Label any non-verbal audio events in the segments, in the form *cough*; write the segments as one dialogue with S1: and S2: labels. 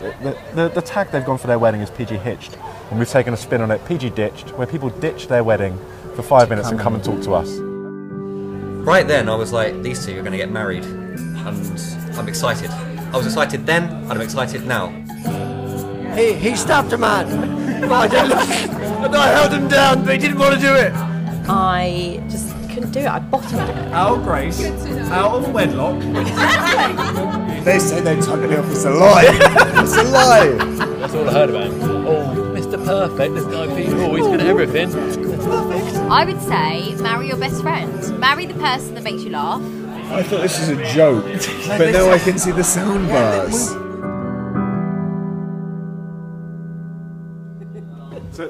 S1: the, the, the tag they've gone for their wedding is PG Hitched, and we've taken a spin on it, PG Ditched, where people ditch their wedding for five minutes and come and talk to us.
S2: Right then, I was like, these two are going to get married, and I'm excited. I was excited then, and I'm excited now.
S3: He, he stabbed a man. But I don't look. And I held him down, but he didn't want to do it.
S4: I just couldn't do it. I bottomed it.
S5: Our Grace, out of wedlock.
S6: They say they took it off. It's a lie. it's a lie.
S7: That's all I heard about him. Oh, Mr. Perfect, this guy Pete Moore, he's good at everything.
S8: I would say marry your best friend. Marry the person that makes you laugh.
S6: I thought this was a joke, but now I can see the sound bars.
S1: So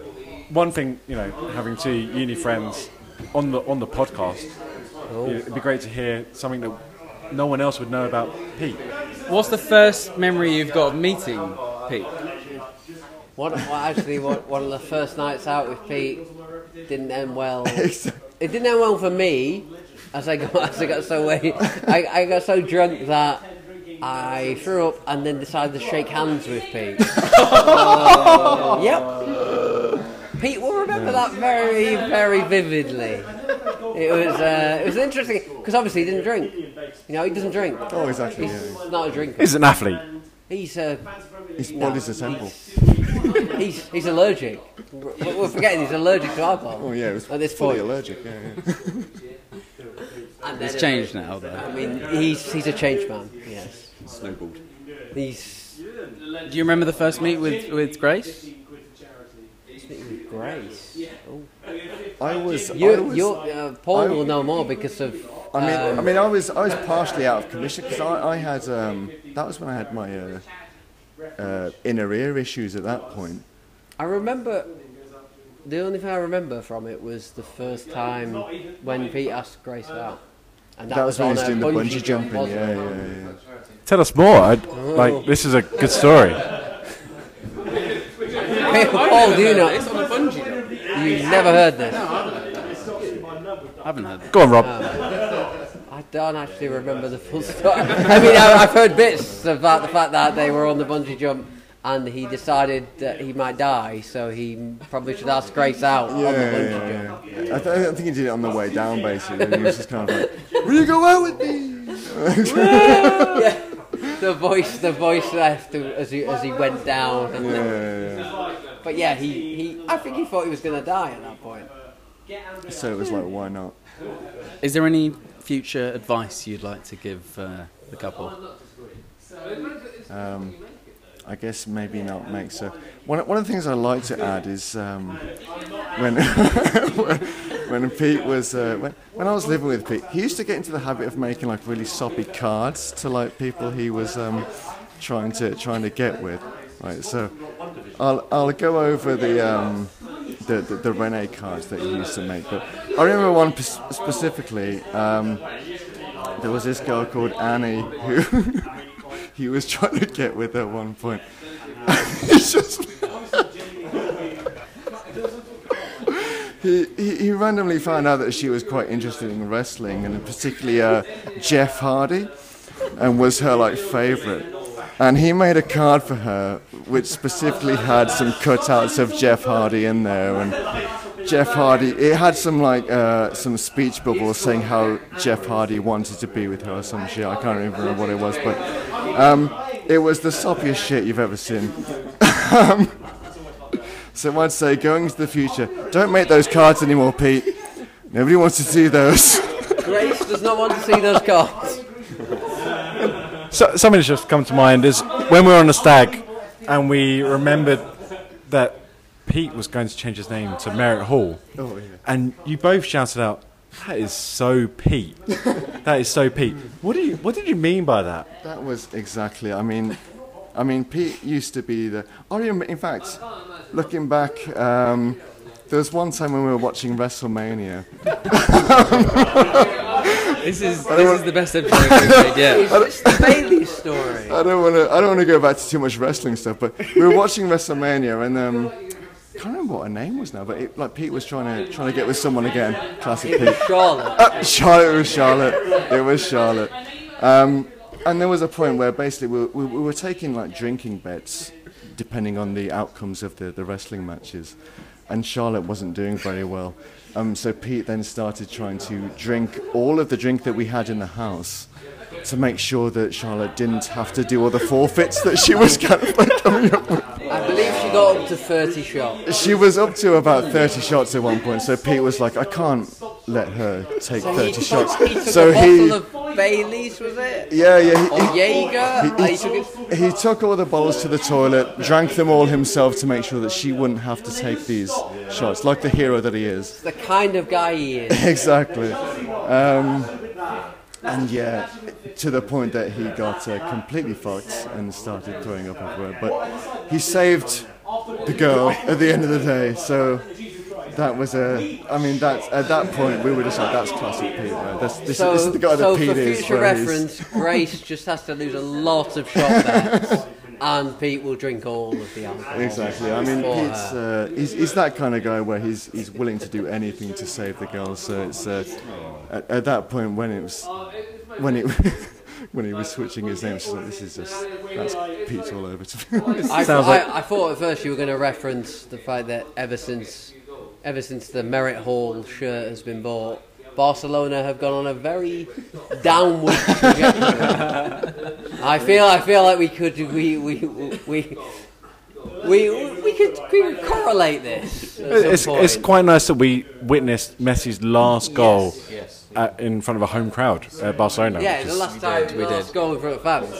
S1: one thing, you know, having two uni friends on the on the podcast, you know, it'd be great to hear something that no one else would know about Pete.
S7: What's the first memory you've got of meeting Pete?
S9: One, well, actually, one, one of the first nights out with Pete didn't end
S6: *laughs*
S9: well. It didn't end well for me, as I got as I got so way, I, I got so drunk that I threw up and then decided to shake hands with
S6: *laughs*
S9: Pete. Uh, yep. Pete will remember that very, very vividly. It was uh, it was interesting because obviously he didn't drink. You know, he doesn't drink.
S6: Oh, exactly.
S9: He's
S6: Yeah.
S9: not a drinker.
S1: He's an athlete.
S9: He's a
S6: His body's a sample.
S9: he's he's allergic. We're, we're forgetting he's allergic to alcohol.
S6: Oh yeah, it was
S9: at this
S6: fully
S9: point,
S6: allergic. Yeah, yeah.
S9: And
S7: It's
S9: then-
S7: changed now, though.
S9: I mean, he's he's a changed man. Yes,
S7: Snowballed.
S9: he's
S7: Do you remember the first meet with, with Grace?
S9: Grace.
S6: I was. I
S9: You,
S6: was
S9: you, uh, Paul
S6: I-
S9: will know more because of.
S6: I mean,
S9: um,
S6: I mean, I was I was partially out of commission because I, I had um, that was when I had my uh, uh, inner ear issues at that point.
S9: I remember. The only thing I remember from it was the first time when Pete asked Grace out. And
S6: That, was when I was
S9: on
S6: doing
S9: a
S6: the bungee jumping.
S9: wasn't
S6: Yeah,
S9: it?
S6: yeah, yeah.
S1: Tell us more. I, like this is a good story.
S9: Hey, *laughs* Paul, Oh, do you know?
S7: on a bungee.
S9: You've never heard this.
S7: I haven't heard that.
S1: Go on, Rob.
S9: I don't actually remember the full story. I mean, I, I've heard bits about the fact that they were on the bungee jump and he decided that he might die, so he probably should ask Grace out on the
S6: Yeah,
S9: bungee
S6: yeah,
S9: jump.
S6: yeah, yeah. I, th- I think he did it on the way down, basically. And he was just kind of like, "Will you go out with
S9: *laughs*
S6: me?"
S9: The voice, the voice left as he as he went down.
S6: yeah.
S9: But yeah, he, he I think he thought he was gonna die at that point.
S6: So it was like, why not?
S7: Is there any future advice you'd like to give uh, the couple?
S6: I guess maybe not make so. One, one of the things I like to add is um, when *laughs* when Pete was uh, when, when I was living with Pete, he used to get into the habit of making like really soppy cards to like people he was um, trying to trying to get with. Right, so I'll I'll go over the. Um, the, the, the Rene cards that he used to make, but I remember one p- specifically. Um, there was this girl called Annie who *laughs* he was trying to get with at one point. It's just. He, he, he randomly found out that she was quite interested in wrestling and particularly uh, Jeff Hardy and was her like favorite and he made a card for her which specifically had some cutouts of Jeff Hardy in there and Jeff Hardy it had some like uh, some speech bubbles saying how Jeff Hardy wanted to be with her or some shit I can't even remember what it was but um, it was the soppiest shit you've ever seen um, *laughs* so I'd say going into the future don't make those cards anymore Pete nobody wants to see those *laughs*
S9: Grace does not want to see those cards.
S1: So, something that's just come to mind is when we were on the stag and we remembered that Pete was going to change his name to Merritt Hall.
S6: Oh, yeah.
S1: And you both shouted out, That is so
S6: *laughs*
S1: Pete. that is so Pete. What do you what did you mean by that?
S6: That was exactly. I mean, I mean, Pete used to be the. I remember, in fact, looking back, um, there was one time when we were watching WrestleMania.
S7: This is, this is the best episode we've made yet.
S9: *laughs* It's the Bailey
S7: *laughs*
S9: story.
S6: I don't want to. I don't want to go back to too much wrestling stuff, but we were watching WrestleMania and. Um, I can't remember what her name was now, but it, like Pete was trying to trying to get with someone again. Classic Pete.
S9: Charlotte.
S6: Uh, Charlotte it was Charlotte. It was Charlotte. Um, and there was a point where basically we, we, we were taking like drinking bets depending on the outcomes of the, the wrestling matches. And Charlotte wasn't doing very well. Um, so Pete then started trying to drink all of the drink that we had in the house to make sure that Charlotte didn't have to do all the forfeits that she was *laughs* kind of like coming up with.
S9: I believe she got up to 30 shots.
S6: She was up to about 30 shots at one point, so Pete was like, I can't let her take
S9: So
S6: 30
S9: he took,
S6: shots.
S9: He took
S6: so
S9: a
S6: he,
S9: bottle of Bailey's, was it?
S6: yeah, yeah, he,
S9: Or Jaeger?
S6: he,
S9: Like, he took it-
S6: he, he took all the bottles to the toilet, drank them all himself to make sure that she wouldn't have to take these shots, like the hero that he is. *laughs*
S9: the kind of guy he is.
S6: exactly. Um, and yeah, to the point that he got uh, completely fucked and started throwing up everywhere. But he saved the girl at the end of the day. So that was a. I mean, that's at that point we were just like, that's classic Pete. Right? That's, this,
S9: So,
S6: is this is the guy
S9: so
S6: that Pete
S9: for
S6: is.
S9: future
S6: where he's-
S9: reference, Grace just has to lose a lot of shot
S6: *laughs*
S9: bets, and Pete will drink all of the alcohol.
S6: Exactly. I mean,
S9: for her.
S6: Pete's uh, he's, he's that kind of guy where he's he's willing to do anything to save the girl. So it's uh, at, at that point when it was when it *laughs* when he was switching his name, she's like, "This is just that's Pete all over." To be honest.
S9: I,
S1: Sounds
S9: I,
S1: like-
S9: I thought at first you were going to reference the fact that ever since, ever since the Merritt Hall shirt has been bought, Barcelona have gone on a very downward *laughs* trajectory. I feel, I feel like we could, we, we, we. We, we could we could correlate this. At some
S1: It's,
S9: point.
S1: it's quite nice that we witnessed Messi's last goal At, in front of a home crowd at Barcelona.
S9: yeah,
S1: which
S9: the
S1: is-
S9: last time
S7: did,
S9: we
S7: we
S9: did.
S7: did.
S9: going for the fans.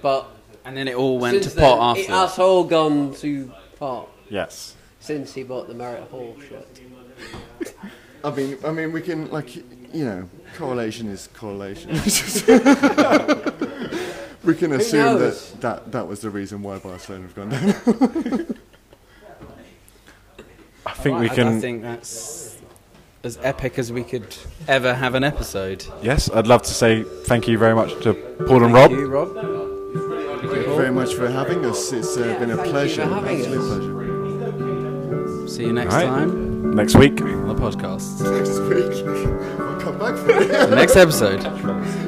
S9: But
S7: And then it all went to
S9: since then,
S7: pot
S9: it
S7: after.
S9: has all gone to pot
S1: yes.
S9: since he bought the Merritt Hall shirt.
S6: I mean, I mean, we can like you know, correlation is correlation.
S9: *laughs*
S6: we can assume
S9: knows?
S6: that, that that was the reason why Barcelona have gone down.
S1: I think we
S7: I-
S1: can.
S7: I think that's as epic as we could ever have an episode.
S1: Yes, I'd love to say thank you very much to Paul and Rob.
S7: You, Rob?
S6: Thank you very much for having us. It's uh, been a
S9: thank you for
S6: pleasure.
S9: having
S6: absolute
S9: us.
S6: pleasure.
S7: See you next
S1: All right.
S7: time
S1: Next week.
S7: on the podcast. *laughs*
S6: *laughs* next week. We'll come back for it.
S7: The next episode.